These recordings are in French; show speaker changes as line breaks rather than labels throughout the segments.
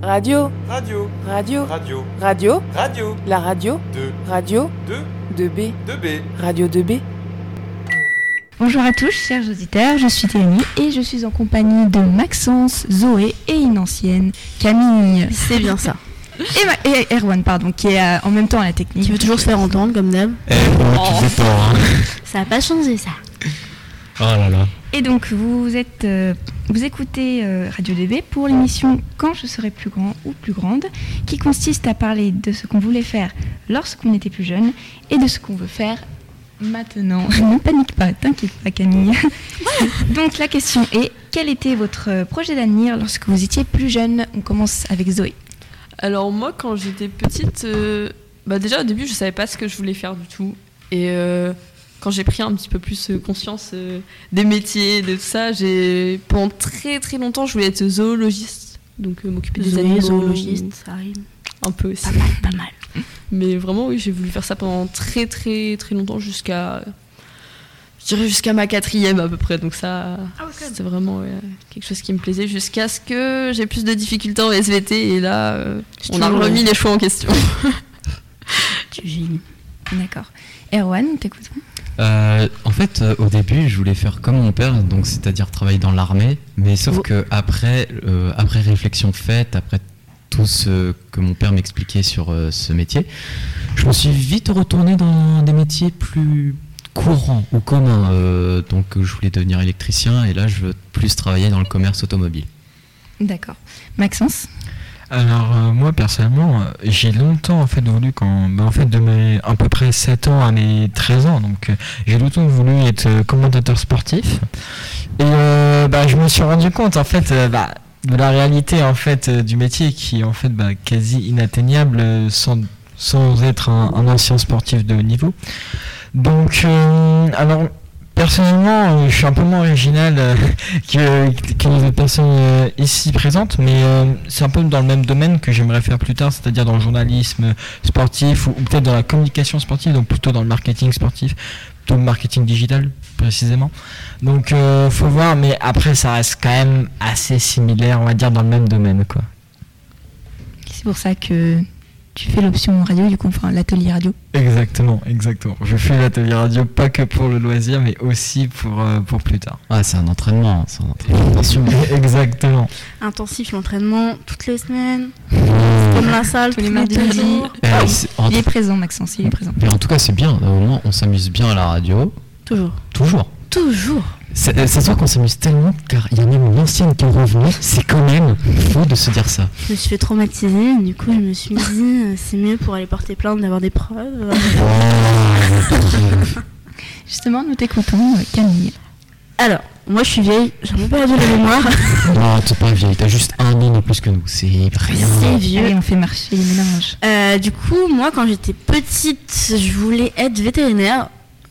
Radio,
Radio,
radio,
radio,
radio,
radio,
la radio,
2,
radio
2,
2B,
2B.
radio 2B.
Bonjour à tous, chers auditeurs, je suis Thémy et je suis en compagnie de Maxence, Zoé et une ancienne, Camille
C'est bien ça.
et, Ma- et Erwan, pardon, qui est euh, en même temps à la technique.
Qui veut toujours se faire entendre comme d'hab.
Eh, oh, tu fais tort, hein.
Ça a pas changé ça.
Oh là
hein.
là.
Et donc, vous, êtes, euh, vous écoutez euh, Radio DB pour l'émission Quand je serai plus grand ou plus grande, qui consiste à parler de ce qu'on voulait faire lorsqu'on était plus jeune et de ce qu'on veut faire maintenant. ne panique pas, t'inquiète pas Camille. donc, la question est, quel était votre euh, projet d'avenir lorsque vous étiez plus jeune On commence avec Zoé.
Alors moi, quand j'étais petite, euh, bah déjà au début, je savais pas ce que je voulais faire du tout. Et euh, quand j'ai pris un petit peu plus euh, conscience euh, des métiers, de tout ça, j'ai pendant très très longtemps, je voulais être zoologiste, donc euh, m'occuper des animaux,
zoologistes, ça rime.
un peu aussi.
Pas mal, pas mal.
Mais vraiment, oui, j'ai voulu faire ça pendant très très très longtemps jusqu'à, je dirais jusqu'à ma quatrième à peu près. Donc
Ah
ça, c'était vraiment ouais, quelque chose qui me plaisait jusqu'à ce que j'ai plus de difficultés en SVT et là, euh,
C'est
on a
toujours,
remis
euh,
les choix en question.
Tu génies.
D'accord. Erwan, on t'écoute.
Euh, en fait, euh, au début, je voulais faire comme mon père, donc c'est-à-dire travailler dans l'armée. Mais sauf
Oh.
que après, euh, après réflexion faite, après tout ce que mon père m'expliquait sur euh, ce métier, je me suis vite retourné dans des métiers plus courants ou communs. Euh, donc, euh, je voulais devenir électricien et là, je veux plus travailler dans le commerce automobile.
D'accord. Maxence
Alors euh, moi personnellement, euh, j'ai longtemps en fait voulu quand bah, en fait de mes à peu près 7 ans à mes 13 ans, donc euh, j'ai longtemps voulu être euh, commentateur sportif. Et euh, bah, je me suis rendu compte en fait euh, bah, de la réalité en fait euh, du métier qui est en fait bah, quasi inatteignable euh, sans sans être un, un ancien sportif de haut niveau. Donc euh, alors personnellement, euh, je suis un peu moins original euh, que, que les autres personnes euh, ici présentes, mais euh, c'est un peu dans le même domaine que j'aimerais faire plus tard, c'est-à-dire dans le journalisme sportif ou, ou peut-être dans la communication sportive, donc plutôt dans le marketing sportif, plutôt le marketing digital précisément. Donc euh, faut voir, mais après ça reste quand même assez similaire, on va dire dans le même domaine quoi.
C'est pour ça que tu fais l'option radio, du coup, enfin l'atelier radio.
Exactement, exactement. Je fais l'atelier radio pas que pour le loisir, mais aussi pour euh, pour plus tard.
Ah, c'est un entraînement, c'est un entraînement. Attention.
Exactement.
Intensif l'entraînement toutes les semaines. C'est Comme la salle
Tous les
tous
mardis
deux
midi.
jours.
Eh, c'est- en,
Ah, Il est présent, Maxence, il est présent.
mais en tout cas, c'est bien. Au moins, on s'amuse bien à la radio.
Toujours.
Toujours.
Toujours.
Ça euh, ça se voit qu'on s'amuse tellement car il y en a une ancienne qui est revenue. C'est quand même fou de se dire ça.
Je me suis fait traumatiser, du coup je me suis dit euh, c'est mieux pour aller porter plainte d'avoir des preuves.
Justement, nous t'écoutons, euh, Camille.
Alors, moi je suis vieille, j'ai un peu perdu la mémoire.
non, t'es pas vieille, t'as juste un an de plus que nous. C'est rien.
C'est
Allez,
vieux.
on fait marcher les mélanges.
Euh, du coup, moi quand j'étais petite, je voulais être vétérinaire.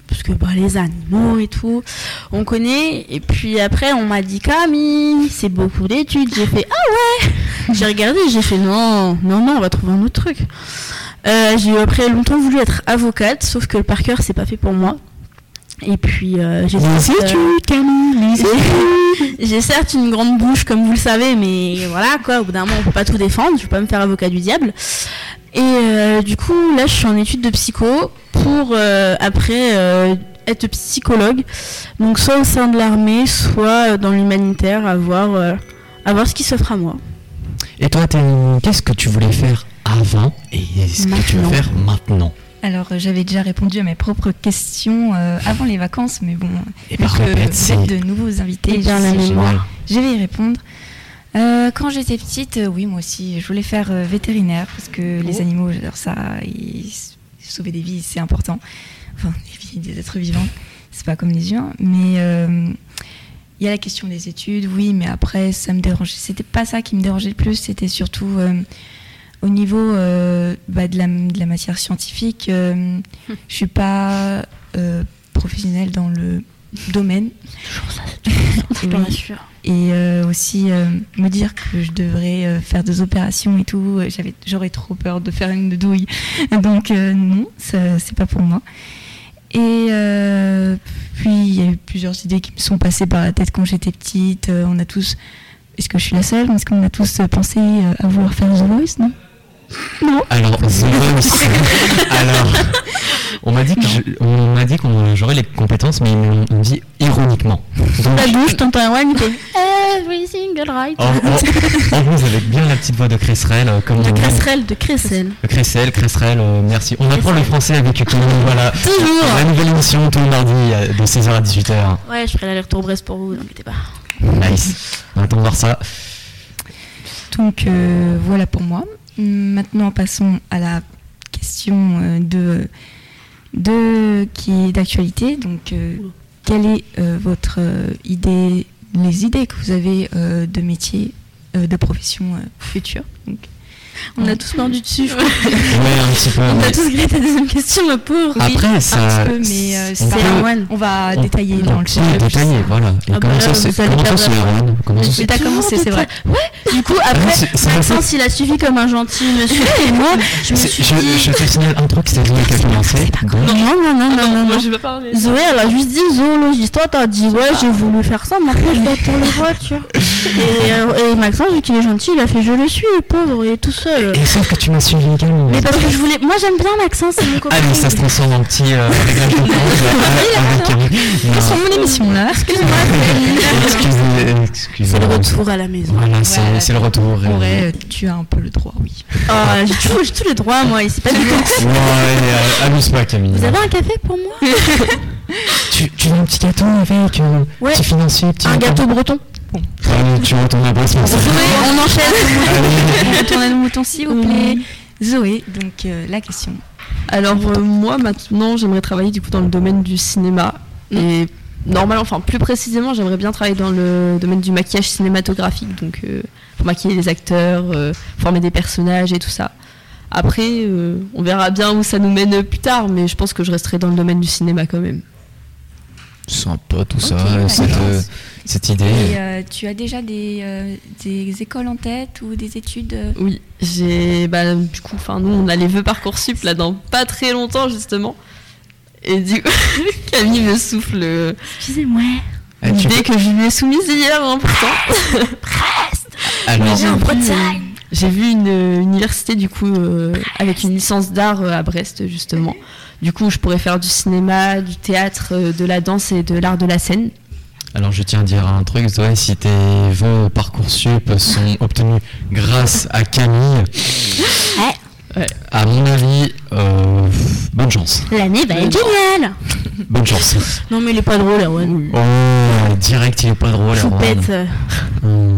Parce que bah, les animaux et tout, on connaît. Et puis après, on m'a dit Camille, c'est beaucoup d'études. J'ai fait Ah ouais J'ai regardé, j'ai fait Non, non, non, on va trouver un autre truc. Euh, j'ai après longtemps voulu être avocate, sauf que le par cœur, c'est pas fait pour moi. Et puis euh, j'ai fait, euh,
Camille,
J'ai certes une grande bouche, comme vous le savez, mais voilà, quoi, au bout d'un moment, on peut pas tout défendre, je peux pas me faire avocat du diable. Et euh, du coup, là, je suis en étude de psycho pour, euh, après, euh, être psychologue. Donc, soit au sein de l'armée, soit euh, dans l'humanitaire, à voir, euh, à voir ce qui s'offre à moi.
Et toi, t'es- qu'est-ce que tu voulais faire avant et ce que tu veux
Maintenant.
faire maintenant
Alors, euh, j'avais déjà répondu à mes propres questions euh, avant les vacances, mais bon,
Et
vu
par
que
répète,
vous
c'est
êtes de nouveaux invités,
Eh bien,
je
la
sais, je-
génial.
je vais y répondre. Euh, quand j'étais petite, euh, oui, moi aussi, je voulais faire euh, vétérinaire parce que les animaux, j'adore ça. Ils... Sauver des vies, c'est important. Enfin, des vies, des êtres vivants, c'est pas comme les humains. Mais euh, il y a la question des études, oui, mais après, ça me dérangeait. C'était pas ça qui me dérangeait le plus, c'était surtout euh, au niveau euh, bah, de, la, de la matière scientifique. euh, je suis pas euh, professionnelle dans le domaine.
Je
Oui.
t'en assure.
et euh, aussi euh, me dire que je devrais euh, faire des opérations et tout. euh, J'avais, j'aurais trop peur de faire une douille, donc euh, non, ça, c'est pas pour moi. Et euh, puis il y a eu plusieurs idées qui me sont passées par la tête quand j'étais petite. Euh, on a tous Est-ce que je suis la seule Est-ce qu'on a tous euh, pensé euh, à vouloir faire The Voice Non Non
Alors, The Voice. Alors, on m'a dit que je- on m'a dit qu'on j'aurais les compétences, mais on me dit ironiquement. Donc,
Bah,
La douche, t'entends un one, il fait Every single right.
en, en- en plus, avec bien la petite voix de Cresserelle, euh, comme
De
on dit.
Cresserelle, de Cressel.
Cressel, Cresserelle, euh, merci. On apprend le français avec Camille, voilà.
Toujours.
La nouvelle émission tous les mardis euh, de 16h à 18h.
Ouais, je ferai l'aller-retour Brest pour vous, n'inquiétez pas.
Nice. On attend de voir ça.
Donc euh, voilà pour moi. Maintenant passons à la question euh, de, de qui est d'actualité. Donc euh, quelle est euh, votre euh, idée, les idées que vous avez euh, de métier, euh, de profession euh, future Donc,
On a tous mordu dessus, je crois.
Ouais, un petit peu.
On a
mais-
tous grillé ta deuxième question, le pauvre.
Après, ça.
un petit peu, mais euh,
on
c'est
peut-
pas
C'est un one.
on va
on-
détailler
on
dans le
peut
sujet.
détailler, voilà. Et
Ah bah
comment
là,
ça
vous
se
allez
comment ça
perdre
se
la
rend Comment ça se-
Mais t'as commencé, c'est vrai. Ouais, du coup,
Ah,
après,
c'est- c'est vrai.
Maxence, il a suivi comme un gentil monsieur, et moi, je me
C'est-
suis
Je, je
dit...
te signale un truc, c'est Zoé qui a commencé. donc-
Non, non, non,
Ah
non, non,
moi
non.
je vais pas parler.
Zoé, elle a juste dit zoologiste. Toi, t'as dit, ouais, j'ai voulu faire ça, maintenant je dois pour les voitures. Et, euh, et Maxence, vu qu'il est gentil, il a fait, je le suis, le pauvre, il est tout seul.
Et sauf que tu m'as suivi également.
Mais parce que je voulais. Moi, j'aime bien Maxence, c'est mon
ah
copain.
Allez, ça se transforme en petit euh, réglage de compte
hein.
avec Camille.
Quelles
Non.
sont mon émission là
Excusez, excusez.
C'est le retour à la maison.
Voilà, c'est
Voilà.
c'est le retour.
En vrai,
Ouais,
euh, tu as un peu le droit, oui.
Ah, j'ai tout- j'ai tous les droits, moi, ici. Pas du tout.
euh, amuse-toi Camille.
Vous avez un café pour moi
Tu, tu veux un petit gâteau avec euh,
Ouais.
petit financier, petit
Un gâteau breton.
Allez, tu retournes à Brest, mais ça-
on enchaîne.
Allez.
Retournez à nos moutons, s'il vous plaît. Zoé, donc euh, la question.
Alors euh, moi maintenant j'aimerais travailler du coup dans le domaine du cinéma et normalement enfin plus précisément j'aimerais bien travailler dans le domaine du maquillage cinématographique donc euh, pour maquiller les acteurs, euh, former des personnages et tout ça. Après euh, on verra bien où ça nous mène plus tard mais je pense que je resterai dans le domaine du cinéma quand même.
Sympa tout ça,
Ok,
cette,
d'accord.
euh, cette idée.
Et euh, tu as déjà des, euh, des écoles en tête ou des études euh,
Oui, j'ai bah du coup enfin nous on a les vœux parcoursup là dans pas très longtemps justement. Et du coup, Camille me souffle euh,
Excusez-moi.
Eh, tu-
l'idée que je lui ai soumise hier, hein, pourtant.
Alors,
J'ai un Bretagne.
J'ai vu une euh, université du coup euh, avec une licence d'art euh, à Brest justement. Du coup, je pourrais faire du cinéma, du théâtre, euh, de la danse et de l'art de la scène.
Alors je tiens à dire un truc, Zoé, si tes vœux Parcoursup sont obtenus grâce à Camille,
Ouais.
à mon avis, euh, bonne chance.
L'année va être géniale. Mmh.
Bonne chance.
Non, mais il est pas drôle, la one.
Oh, direct, il est pas drôle. Erwan.
Choupette.
Hum.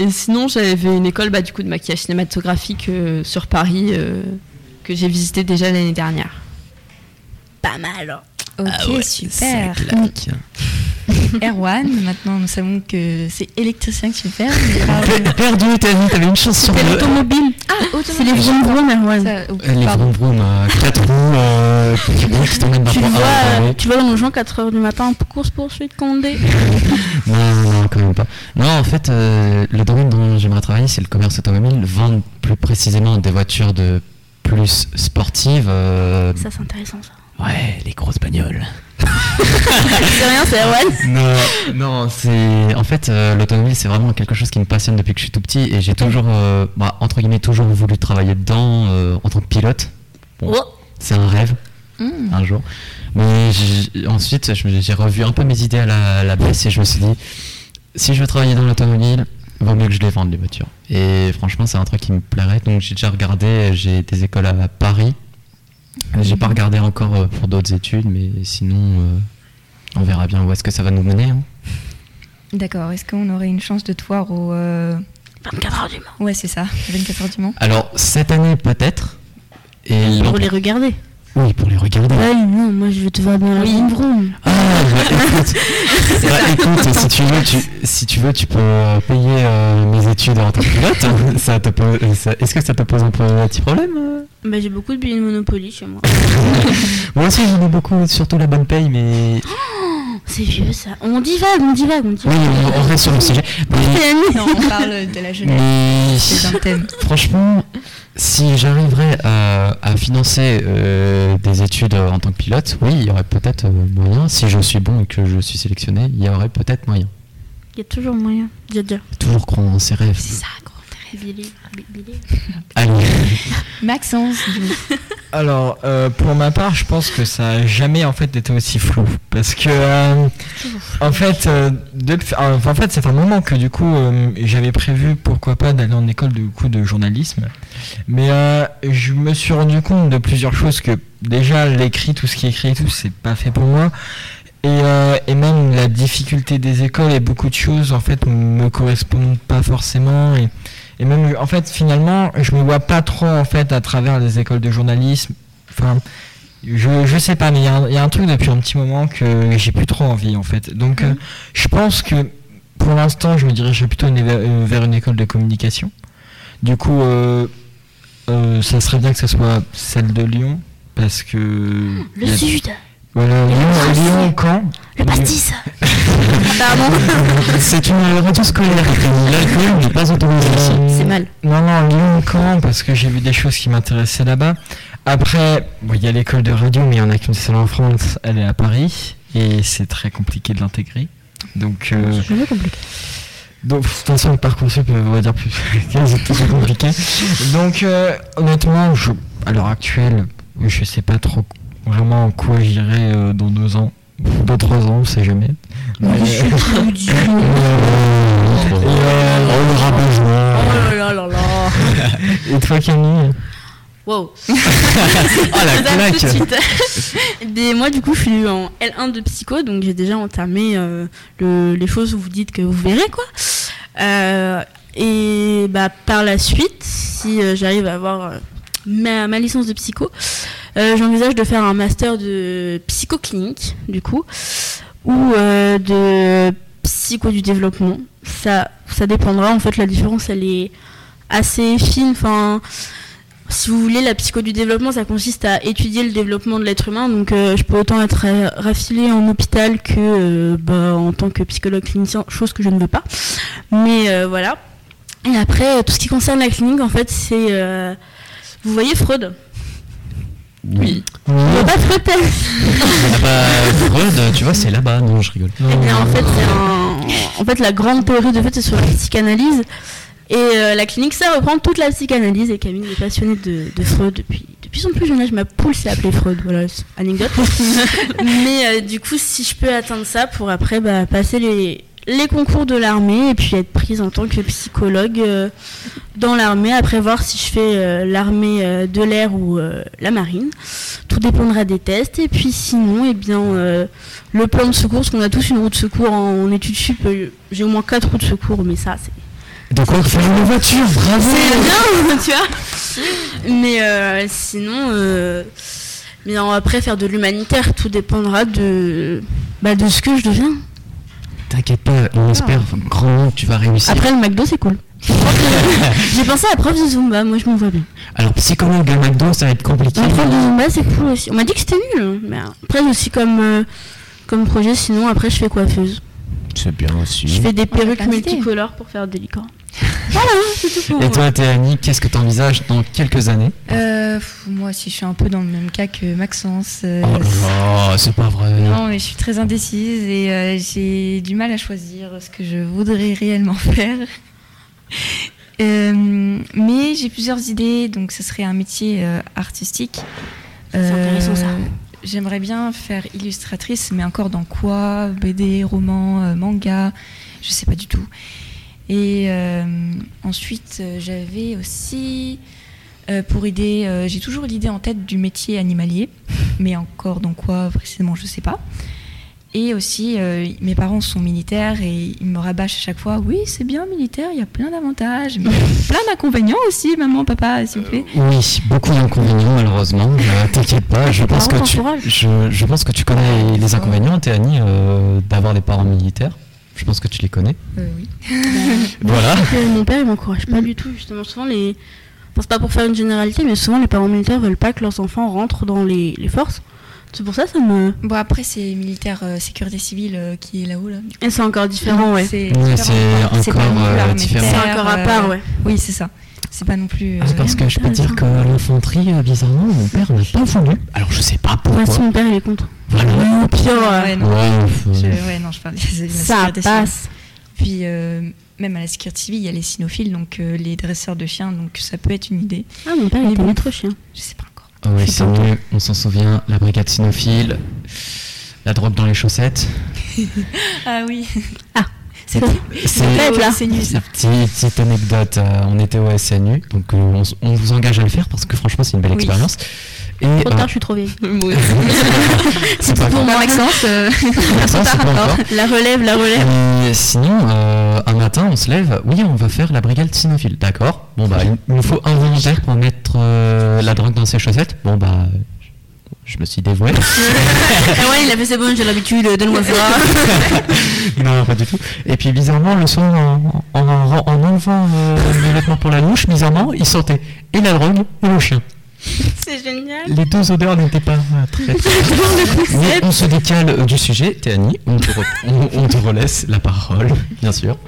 Et sinon, j'avais une école bah, du coup de maquillage cinématographique euh, sur Paris euh, que j'ai visité déjà l'année dernière.
Pas mal. hein.
Ok,
Ah ouais,
super.
ça claque.
Erwan, maintenant nous savons que c'est électricien que tu fais.
Pe- Perdu ta vie, t'avais une chance sur
C'est
deux.
l'automobile. C'est les vieux gros, mais ouais.
Euh, Les vroom vroom, euh, quatre roues, euh, qui roulent, qui t'emmènent d'un
Tu le
Ah,
point A
vois,
à un
euh,
point B.
tu vois dans nos gens 4h du matin, course poursuite, condé.
Non, non, non, quand même pas. Non, en fait, euh, le domaine dont j'aimerais travailler, c'est le commerce automobile, vendre plus précisément des voitures de plus sportives. euh,
Ça, c'est intéressant, ça.
Ouais, les grosses bagnoles.
C'est rien, c'est Erwan.
Non, non, c'est en fait euh, l'automobile, c'est vraiment quelque chose qui me passionne depuis que je suis tout petit et j'ai toujours, euh, bah, entre guillemets, toujours voulu travailler dedans euh, en tant que pilote. Bon, C'est un rêve un jour. Mais j'ai- ensuite, je me- j'ai revu un peu mes idées à la, à la baisse et je me suis dit, si je veux travailler dans l'automobile, vaut mieux que je les vende les voitures. Et franchement, c'est un truc qui me plairait. Donc j'ai déjà regardé, j'ai des écoles à Paris. J'ai pas regardé encore euh, pour d'autres études, mais sinon, euh, on verra bien où est-ce que ça va nous mener. hein.
D'accord, est-ce qu'on aurait une chance de te voir au. euh,
24h du matin.
Ouais, c'est ça, 24h du Mans.
Alors cette année peut-être. Et l'an-
Pour les regarder.
Oui, pour les regarder.
Ouais, non, moi, je vais te voir dans la
Oui.
vroom vroom.
Ah, bah, écoute, bah, écoute, si tu veux, tu, si tu veux, tu peux euh, payer euh, mes études en tant que pilote. Ça te pose- ça- Est-ce que ça te pose un, peu, un petit problème euh
Bah, j'ai beaucoup de billets de Monopoly chez moi.
Moi aussi, j'en ai beaucoup, surtout la bonne paye, mais
Oh, C'est vieux, ça. On divague, on divague, on
oui,
divague.
on, on reste sur le sujet. Mais,
C'est la nuit.
Non, on parle de la jeunesse.
mais-
C'est un thème.
franchement, si j'arriverais à, à financer euh, des études euh, en tant que pilote, oui, il y aurait peut-être euh, moyen. Si je suis bon et que je suis sélectionné, il y aurait peut-être moyen.
Il y a toujours moyen. J'ai déjà.
Toujours croire en ses rêves.
C'est ça, grand intérêt.
Billy. Billy.
Allez.
Maxence, du coup.
Alors, euh, pour ma part, je pense que ça a jamais en fait été aussi flou, parce que euh, en fait, euh, depuis- enfin, en fait, c'est un moment que du coup, euh, j'avais prévu pourquoi pas d'aller en école du coup de journalisme, mais euh, je me suis rendu compte de plusieurs choses que déjà l'écrit, tout ce qui est écrit, et tout, c'est pas fait pour moi. Et, euh, et même la difficulté des écoles et beaucoup de choses en fait me correspondent pas forcément et et même, en fait, finalement, je me vois pas trop, en fait, à travers les écoles de journalisme. Enfin, je, je sais pas, mais il y, a un- il y a un truc depuis un petit moment que j'ai plus trop envie, en fait. Donc, euh, je pense que pour l'instant, je me dirigerai plutôt une éve- euh, vers une école de communication. Du coup, euh, euh, ça serait bien que ce soit celle de Lyon, parce que.
Le
il y a-
sud.
Voilà, Lyon,
pastis.
Lyon, Caen.
Le pastis.
C'est une retour scolaire.
L'alcool n'est pas autorisé ici.
C'est mal.
Non, non, Lyon, Caen, parce que j'ai vu des choses qui m'intéressaient là-bas. Après, bon, il y a l'école de radio, mais il y en a qu'une seule en France, elle est à Paris, et c'est très compliqué de l'intégrer. Donc, euh,
Je me compliqué.
donc, de toute façon, le parcours sup, on va dire plus c'est tout compliqué. Donc, euh, honnêtement, je, à l'heure actuelle, je sais pas trop vraiment en quoi j'irai euh, dans deux ans, dans trois ans, on sait jamais. Mais- Et, euh, on aura besoin.
Oh là là là là.
Et toi, Camille
Wow.
Ah la
Madame, tout de
claque
suite. Eh bien, moi, du coup, je suis en L1 de psycho, donc j'ai déjà entamé euh, le- les choses où vous dites que vous verrez, quoi. Euh, et bah, par la suite, si euh, j'arrive à avoir euh, ma, ma licence de psycho, euh, j'envisage de faire un master de psychoclinique, du coup, ou euh, de psycho du développement. Ça, ça dépendra, en fait, la différence, elle est assez fine, enfin... Si vous voulez, la psycho du développement, ça consiste à étudier le développement de l'être humain. Donc, euh, je peux autant être euh, raffilée en hôpital que euh, bah, en tant que psychologue clinicien, chose que je ne veux pas. Mais euh, voilà. Et après, euh, tout ce qui concerne la clinique, en fait, c'est. euh, vous voyez Freud
Oui.
Il n'y a pas de Freud test.
Ah bah, Freud, tu vois, c'est là-bas. Non, je rigole.
Eh bien, en fait, c'est un- en fait, la grande théorie de fait, c'est sur la psychanalyse. Et euh, la clinique, ça reprend toute la psychanalyse. Et Camille est passionnée de, de Freud depuis, depuis son plus jeune âge. Ma poule s'est appelée Freud. Voilà, c'est une anecdote. Mais euh, du coup, si je peux atteindre ça pour après bah, passer les, les concours de l'armée et puis être prise en tant que psychologue euh, dans l'armée, après voir si je fais euh, l'armée euh, de l'air ou euh, la marine. Tout dépendra des tests. Et puis sinon, eh bien, euh, le plan de secours, parce qu'on a tous une roue de secours en, en études sup. euh, J'ai au moins quatre roues de secours, mais ça, c'est
Donc on fait une voiture, bravo
c'est bien, tu vois. Mais euh, sinon, euh, mais on va après faire de l'humanitaire, tout dépendra de, bah, de ce que je deviens.
T'inquiète pas,
Ah.
on espère grand, tu vas réussir.
Après, le McDo, c'est cool. J'ai pensé à la prof de Zumba, moi je me vois bien.
Alors, psychologue à McDo, ça va être compliqué.
La prof de Zumba, c'est cool aussi. On m'a dit que c'était nul, hein, mais après, j'ai aussi comme, euh, comme projet, sinon après, je fais coiffeuse.
C'est bien
Je
aussi.
fais des
plein
perruques
d'idées.
multicolores pour faire des licornes. Voilà, c'est tout pour
Et
moi.
toi, Théanie, qu'est-ce que t'envisages dans quelques années
Euh, pff, moi aussi, je suis un peu dans le même cas que Maxence. euh,
Oh là là,
Bah,
c'est pas vrai.
Euh,
non, mais je suis très indécise et euh, j'ai du mal à choisir ce que je voudrais réellement faire. Euh, mais j'ai plusieurs idées, donc ce serait un métier euh, artistique. Euh,
C'est intéressant, ça.
J'aimerais bien faire illustratrice, mais encore dans quoi BD, roman, euh, manga, je sais pas du tout. Et euh, ensuite, euh, j'avais aussi euh, pour idée, euh, j'ai toujours l'idée en tête du métier animalier, mais encore dans quoi précisément, je sais pas. Et aussi, euh, mes parents sont militaires et ils me rabâchent à chaque fois. Oui, c'est bien militaire, il y a plein d'avantages, mais plein d'inconvénients aussi, maman, papa, s'il vous plaît.
Oui, beaucoup d'inconvénients malheureusement. Euh, T'inquiète pas, je
Tes
pense que
parents
tu,
t'encouragent.
je, je pense que tu connais les inconvénients, Théanie, euh, d'avoir des parents militaires. Je pense que tu les connais.
Euh, oui.
Ah.
Voilà.
que mon père il m'encourage
Mm.
pas du tout justement souvent les enfin, c'est pas pour faire une généralité mais souvent les parents militaires veulent pas que leurs enfants rentrent dans les, les forces c'est pour ça ça me
Euh, Bon après, c'est militaire euh, sécurité civile euh, qui est là-haut là.
et c'est encore différent ouais c'est
C'est
Ouais,
différent.
c'est
C'est pas
encore,
non plus
euh,
l'armée de
différent. Ah,
terre,
encore à
euh,
part ouais
Oui, c'est ça. C'est pas non plus.
C'est
euh,
parce que je peux dire que l'infanterie, euh, bizarrement, mon père n'a pas voulu. Alors je sais pas
Ouais,
pourquoi.
si mon père il est contre
Voilà.
pire
ouais, non.
hein. Ouais, enfin,
Je- ouais, non, je parle des- de la
ça
sécurité civile.
passe
Puis euh, même à la Security TV, il y a les cynophiles, donc euh, les dresseurs de chiens, donc ça peut être une idée.
Ah, mon père, il
Mais
était
bon.
maître chien.
Je sais pas encore.
Ah ouais,
Je sais
c'est
pas.
mieux, on s'en souvient, la brigade cynophile, la drogue dans les chaussettes.
Ah oui.
Ah.
c'est
C'est
là.
c'est nul ça.
petite, petite anecdote, euh, on était au SNU, donc euh, on, s- on vous engage à le faire parce que franchement c'est une belle
Oui.
expérience. Et
Trop tard, je suis trop vieille. hein.
Moi aussi.
euh, c'est pas grave.
Pour moi, Maxence, euh,
Attends, c'est pas encore.
La relève, la relève.
Mais sinon, euh, un matin, on se lève. Oui, on va faire la brigade cynophile. D'accord. Bon, bah, il nous faut un volontaire pour mettre euh, la drogue dans ses chaussettes. Bon, bah, je je me suis dévoué.
ah ouais, il a fait c'est bon, j'ai l'habitude, donne-moi ça.
non, pas du tout. Et puis, bizarrement, le soir, en, en, en- en enlevant euh, le vêtement pour la louche, bizarrement, il sentait et la drogue et le chien.
c'est génial.
Les deux odeurs n'étaient pas euh, très. Mais on se décale euh, du sujet. Théanie, on te, re- on- on te relaisse la parole, bien sûr.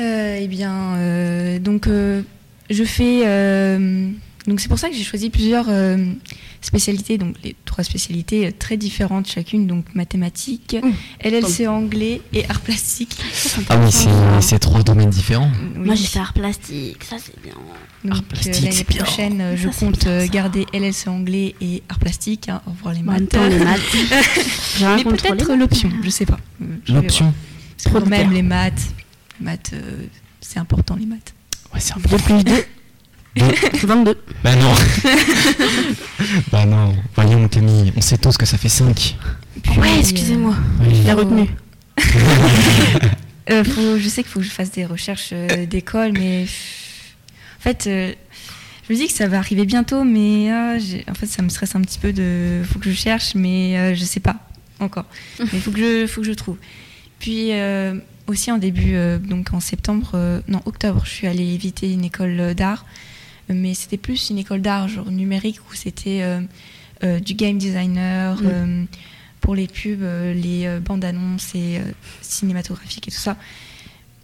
Euh, eh bien, euh, donc euh, je fais. euh, donc c'est pour ça que j'ai choisi plusieurs euh, spécialités, donc les trois spécialités euh, très différentes chacune, donc mathématiques, LLC anglais et arts plastiques.
Ah oui, c'est c'est trois domaines différents.
Oui.
Moi, j'ai fait art plastique, ça c'est bien.
Donc
Arts
euh,
plastiques,
l'année
c'est bien.
prochaine, euh, je
Ça, c'est
compte
bien,
euh,
ça.
garder LLC anglais et arts plastiques, hein, au revoir les
En même
maths.
temps, les maths. J'ai rien
Mais
contre les
peut-être
maths.
l'option, je sais pas. Euh, je vais voir.
L'option.
Parce que
Trop
quand même
littéraire.
les maths, les maths, euh, c'est important les maths.
Ouais, c'est un
Deux plus deux.
Deux.
22.
Bah non Bah non, voyons Camille, on sait tous que ça fait 5.
Puis,
Ouais,
euh,
excusez-moi.
Oui.
La
Faut-
retenue.
Euh, faut- je sais qu'il faut que je fasse des recherches euh, d'école, mais pff, en fait, euh, je me dis que ça va arriver bientôt, mais ah, j'ai- en fait, ça me stresse un petit peu de. Faut que je cherche, mais euh, je sais pas encore. Mais faut que je, faut que je trouve. Puis euh, aussi en début, euh, donc en septembre, euh, non octobre, je suis allée éviter une école euh, d'art, mais c'était plus une école d'art genre numérique où c'était euh, euh, du game designer.
Mm.
euh, pour les pubs, euh, les euh, bandes annonces et euh, cinématographiques et tout ça.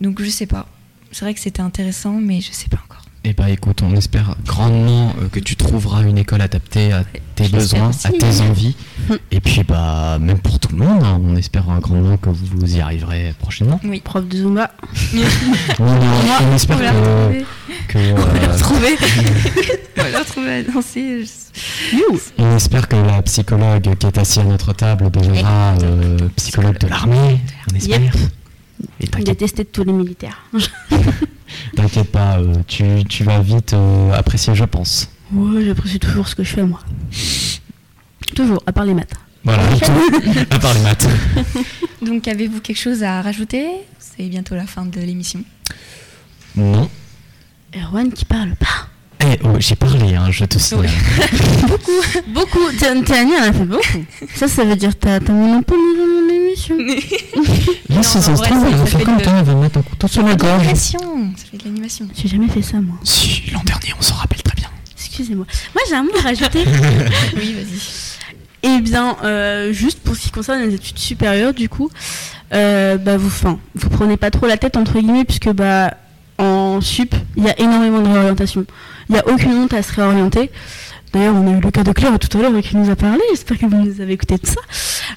Donc je sais pas. C'est vrai que c'était intéressant, mais je sais pas encore.
Eh bah écoute, on espère grandement euh, que tu trouveras une école adaptée à tes
j'espère
besoins,
aussi. Hum.
à tes envies.
Mm.
Et puis bah même pour tout le monde, hein, on espère euh, grandement que vous vous y arriverez prochainement.
Oui.
Prof de Zumba.
Non, non,
Moi,
on espère
On l'a
que,
retrouvé.
que, euh,
On l'a retrouvé. On l'a retrouvé à danser. je-
on espère que la psychologue qui est assise à notre table deviendra euh, psychologue de l'armée. On espère. Et
Il
t'inquiète
détestait tous les militaires.
T'inquiète pas, euh, tu, tu vas vite euh, apprécier, je pense.
Ouais, j'apprécie toujours ce que je fais, moi. Toujours, à part les maths.
Voilà, à part les maths.
Donc avez-vous quelque chose à rajouter C'est bientôt la fin de l'émission.
Non.
Erwan qui parle pas.
Eh, oh, j'ai parlé, hein, je te signale.
Beaucoup. Théanie, hein, elle a fait beaucoup. Ça, ça veut dire que t'as t'as monopole dans mon émission.
Là, si
Non,
ça
en
se
vrai,
trouve,
ça-
elle va
ça
faire
fait
comme
de-
toi, elle va mettre un couteau sur la gorge.
L'animation, ça fait de l'animation.
J'ai jamais fait ça, moi.
Si, l'an dernier, on s'en rappelle très bien.
Excusez-moi. Moi, j'ai un mot à rajouter.
Oui, vas-y.
Eh bien, euh, juste pour ce qui concerne les études supérieures, du coup, euh, bah vous, enfin, vous prenez pas trop la tête entre guillemets, puisque bah en sup, il y a énormément de réorientation. Il y a aucune honte à se réorienter. D'ailleurs, on a eu le cas de Claire tout à l'heure qui nous a parlé. J'espère que vous nous avez écouté de ça.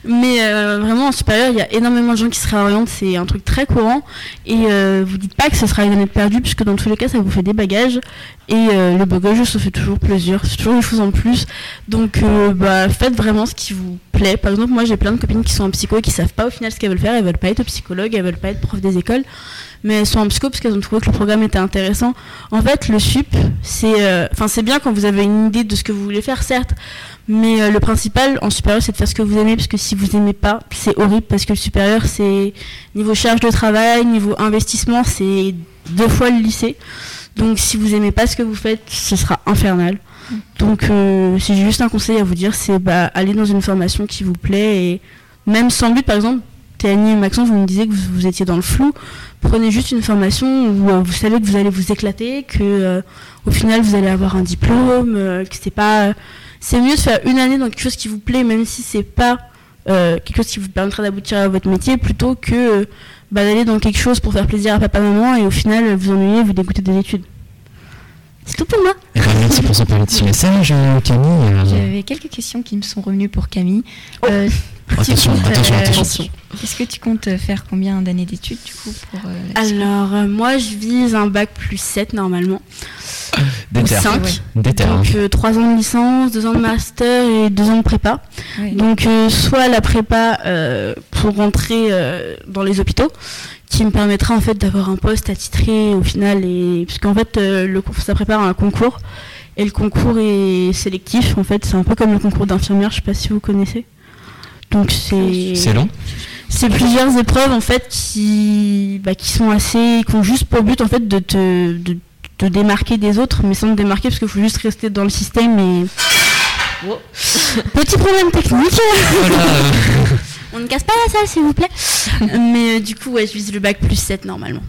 Mais euh, vraiment, en supérieur, il y a énormément de gens qui se réorientent. C'est un truc très courant. Et euh, vous dites pas que ce sera une année de perdu, puisque dans tous les cas, ça vous fait des bagages. Et euh, le bagage, ça fait toujours plaisir. C'est toujours une chose en plus. Donc euh, bah, faites vraiment ce qui vous plaît. Par exemple, moi j'ai plein de copines qui sont en psycho et qui savent pas au final ce qu'elles veulent faire. Elles veulent pas être psychologues, elles veulent pas être prof des écoles, mais elles sont en psycho parce qu'elles ont trouvé que le programme était intéressant. En fait, le sup, c'est euh, enfin c'est bien quand vous avez une idée de ce que vous voulez faire, certes, mais euh, le principal en supérieur, c'est de faire ce que vous aimez parce que si vous aimez pas, c'est horrible parce que le supérieur, c'est niveau charge de travail, niveau investissement, c'est deux fois le lycée. Donc si vous aimez pas ce que vous faites, ce sera infernal. Donc euh, si j'ai juste un conseil à vous dire, c'est bah, aller dans une formation qui vous plaît et même sans but, par exemple, Théanie et Maxence, vous me disiez que vous, vous étiez dans le flou, prenez juste une formation où euh, vous savez que vous allez vous éclater, que euh, au final vous allez avoir un diplôme, euh, que c'est pas... c'est mieux de faire une année dans quelque chose qui vous plaît, même si c'est pas euh, quelque chose qui vous permettra d'aboutir à votre métier, plutôt que euh, bah, d'aller dans quelque chose pour faire plaisir à papa-maman et au final vous ennuyez, vous dégoûtez des études. C'est tout pour moi.
Eh ben,
Merci pour ce petit message, euh, Camille. Euh,
J'avais quelques questions qui me sont revenues pour Camille. Euh, tu
attention,
comptes,
attention,
euh,
attention.
Est-ce que tu comptes faire combien d'années d'études du coup pour euh, la suite
Alors, euh, moi, je vise un bac plus 7 normalement. Ou
Déterre.
5.
Ouais,
Déterre. hein.
Donc, 3 ans de licence, 2 ans de master et 2 ans de prépa.
ouais.
Donc, euh, soit la prépa euh, pour rentrer euh, dans les hôpitaux, qui me permettra en fait d'avoir un poste attitré au final. Et... Parce qu'en fait, euh, le cours, ça prépare à un concours. Et le concours est sélectif. En fait, c'est un peu comme le concours d'infirmière, je sais pas si vous connaissez. Donc, c'est.
C'est long
C'est plusieurs épreuves en fait qui, bah, qui sont assez, qui ont juste pour but en fait de te de, te démarquer des autres, mais sans te démarquer parce qu'il faut juste rester dans le système. Et
Wow.
petit problème technique,
Voilà, euh,
on ne casse pas la salle s'il vous plaît. mais euh, du coup, ouais, je vise le bac plus 7 normalement.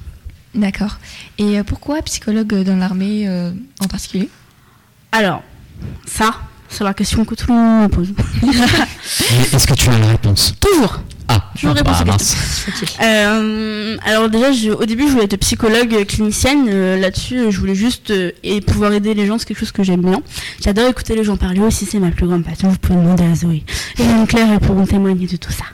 D'accord. Et euh, pourquoi psychologue dans l'armée euh, en particulier
Alors ça, c'est la question que tout le monde me pose.
mais Est-ce que tu as la réponse
Toujours.
Ah,
Je vous
bah,
réponds à cette
mince.
Euh, alors déjà, je- au début, je voulais être psychologue euh, clinicienne. Euh, Là-dessus, euh, je voulais juste euh, et pouvoir aider les gens, c'est quelque chose que j'aime bien. J'adore écouter les gens parler aussi, c'est ma plus grande passion. Vous pouvez demander à Zoé et même Claire, elles pourront témoigner de tout ça.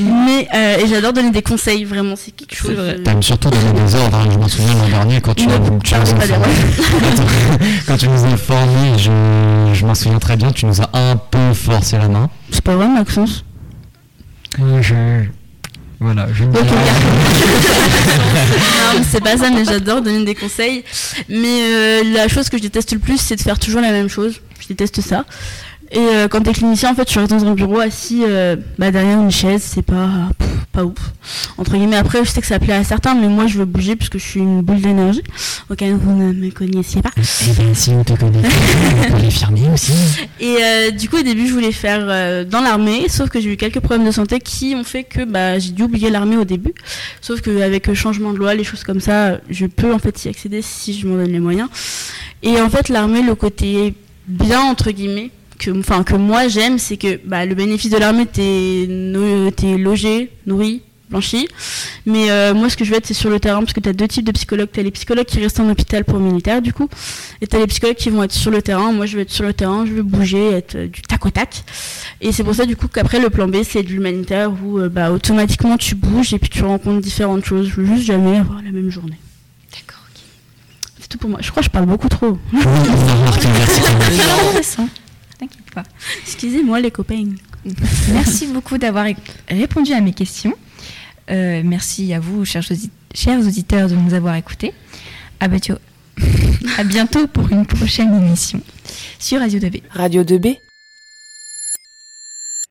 Mais euh, et j'adore donner des conseils, vraiment, c'est quelque chose.
vrai.
euh,
T'aimes surtout donner des ordres, hein. je m'en souviens l'an dernier quand tu,
Ne
nous- tu nous
parlez ah, pas
informé. Attends, quand tu nous as informé, je, je m'en souviens très bien, tu nous as un peu forcé la main.
C'est pas vrai, Maxence
Euh, je... Voilà, je me
Ok,
dirais-
Non, mais c'est pas ça, mais j'adore donner des conseils. Mais euh, la chose que je déteste le plus, c'est de faire toujours la même chose. Je déteste ça. Et euh, quand t'es clinicien, en fait, tu restes dans un bureau assis euh, bah, derrière une chaise, c'est pas, pff, pas ouf. Entre guillemets, après, je sais que ça plaît à certains, mais moi, je veux bouger parce que je suis une boule d'énergie. Au cas où vous ne me connaissiez pas.
Eh bien, si on te connaît, on peut l'infirmer aussi.
Et euh, du coup, au début, je voulais faire euh, dans l'armée, sauf que j'ai eu quelques problèmes de santé qui ont fait que bah, j'ai dû oublier l'armée au début. Sauf qu'avec le changement de loi, les choses comme ça, je peux en fait y accéder si je m'en donne les moyens. Et en fait, l'armée, le côté bien entre guillemets. Que, enfin, que moi j'aime, c'est que bah, le bénéfice de l'armée, t'es nou- t'es logé, nourri, blanchi. Mais euh, moi, ce que je veux être, c'est sur le terrain, parce que t'as deux types de psychologues. T'as les psychologues qui restent en hôpital pour militaires, du coup, et t'as les psychologues qui vont être sur le terrain. Moi, je veux être sur le terrain, je veux bouger, être euh, du tac au tac. Et c'est pour ça, du coup, qu'après, le plan B, c'est de l'humanitaire où euh, bah, automatiquement tu bouges et puis tu rencontres différentes choses. Je veux juste jamais avoir la même journée.
D'accord.
C'est tout pour moi. Je crois que je parle beaucoup trop.
Oui, on a remarqué, merci.
C'est intéressant. T'inquiète pas.
Excusez-moi, les copains.
Merci beaucoup d'avoir é- répondu à mes questions. Euh, merci à vous, chers, audi- chers auditeurs, de nous avoir écoutés. À bientôt, à bientôt pour une prochaine émission sur Radio 2B.
Radio 2B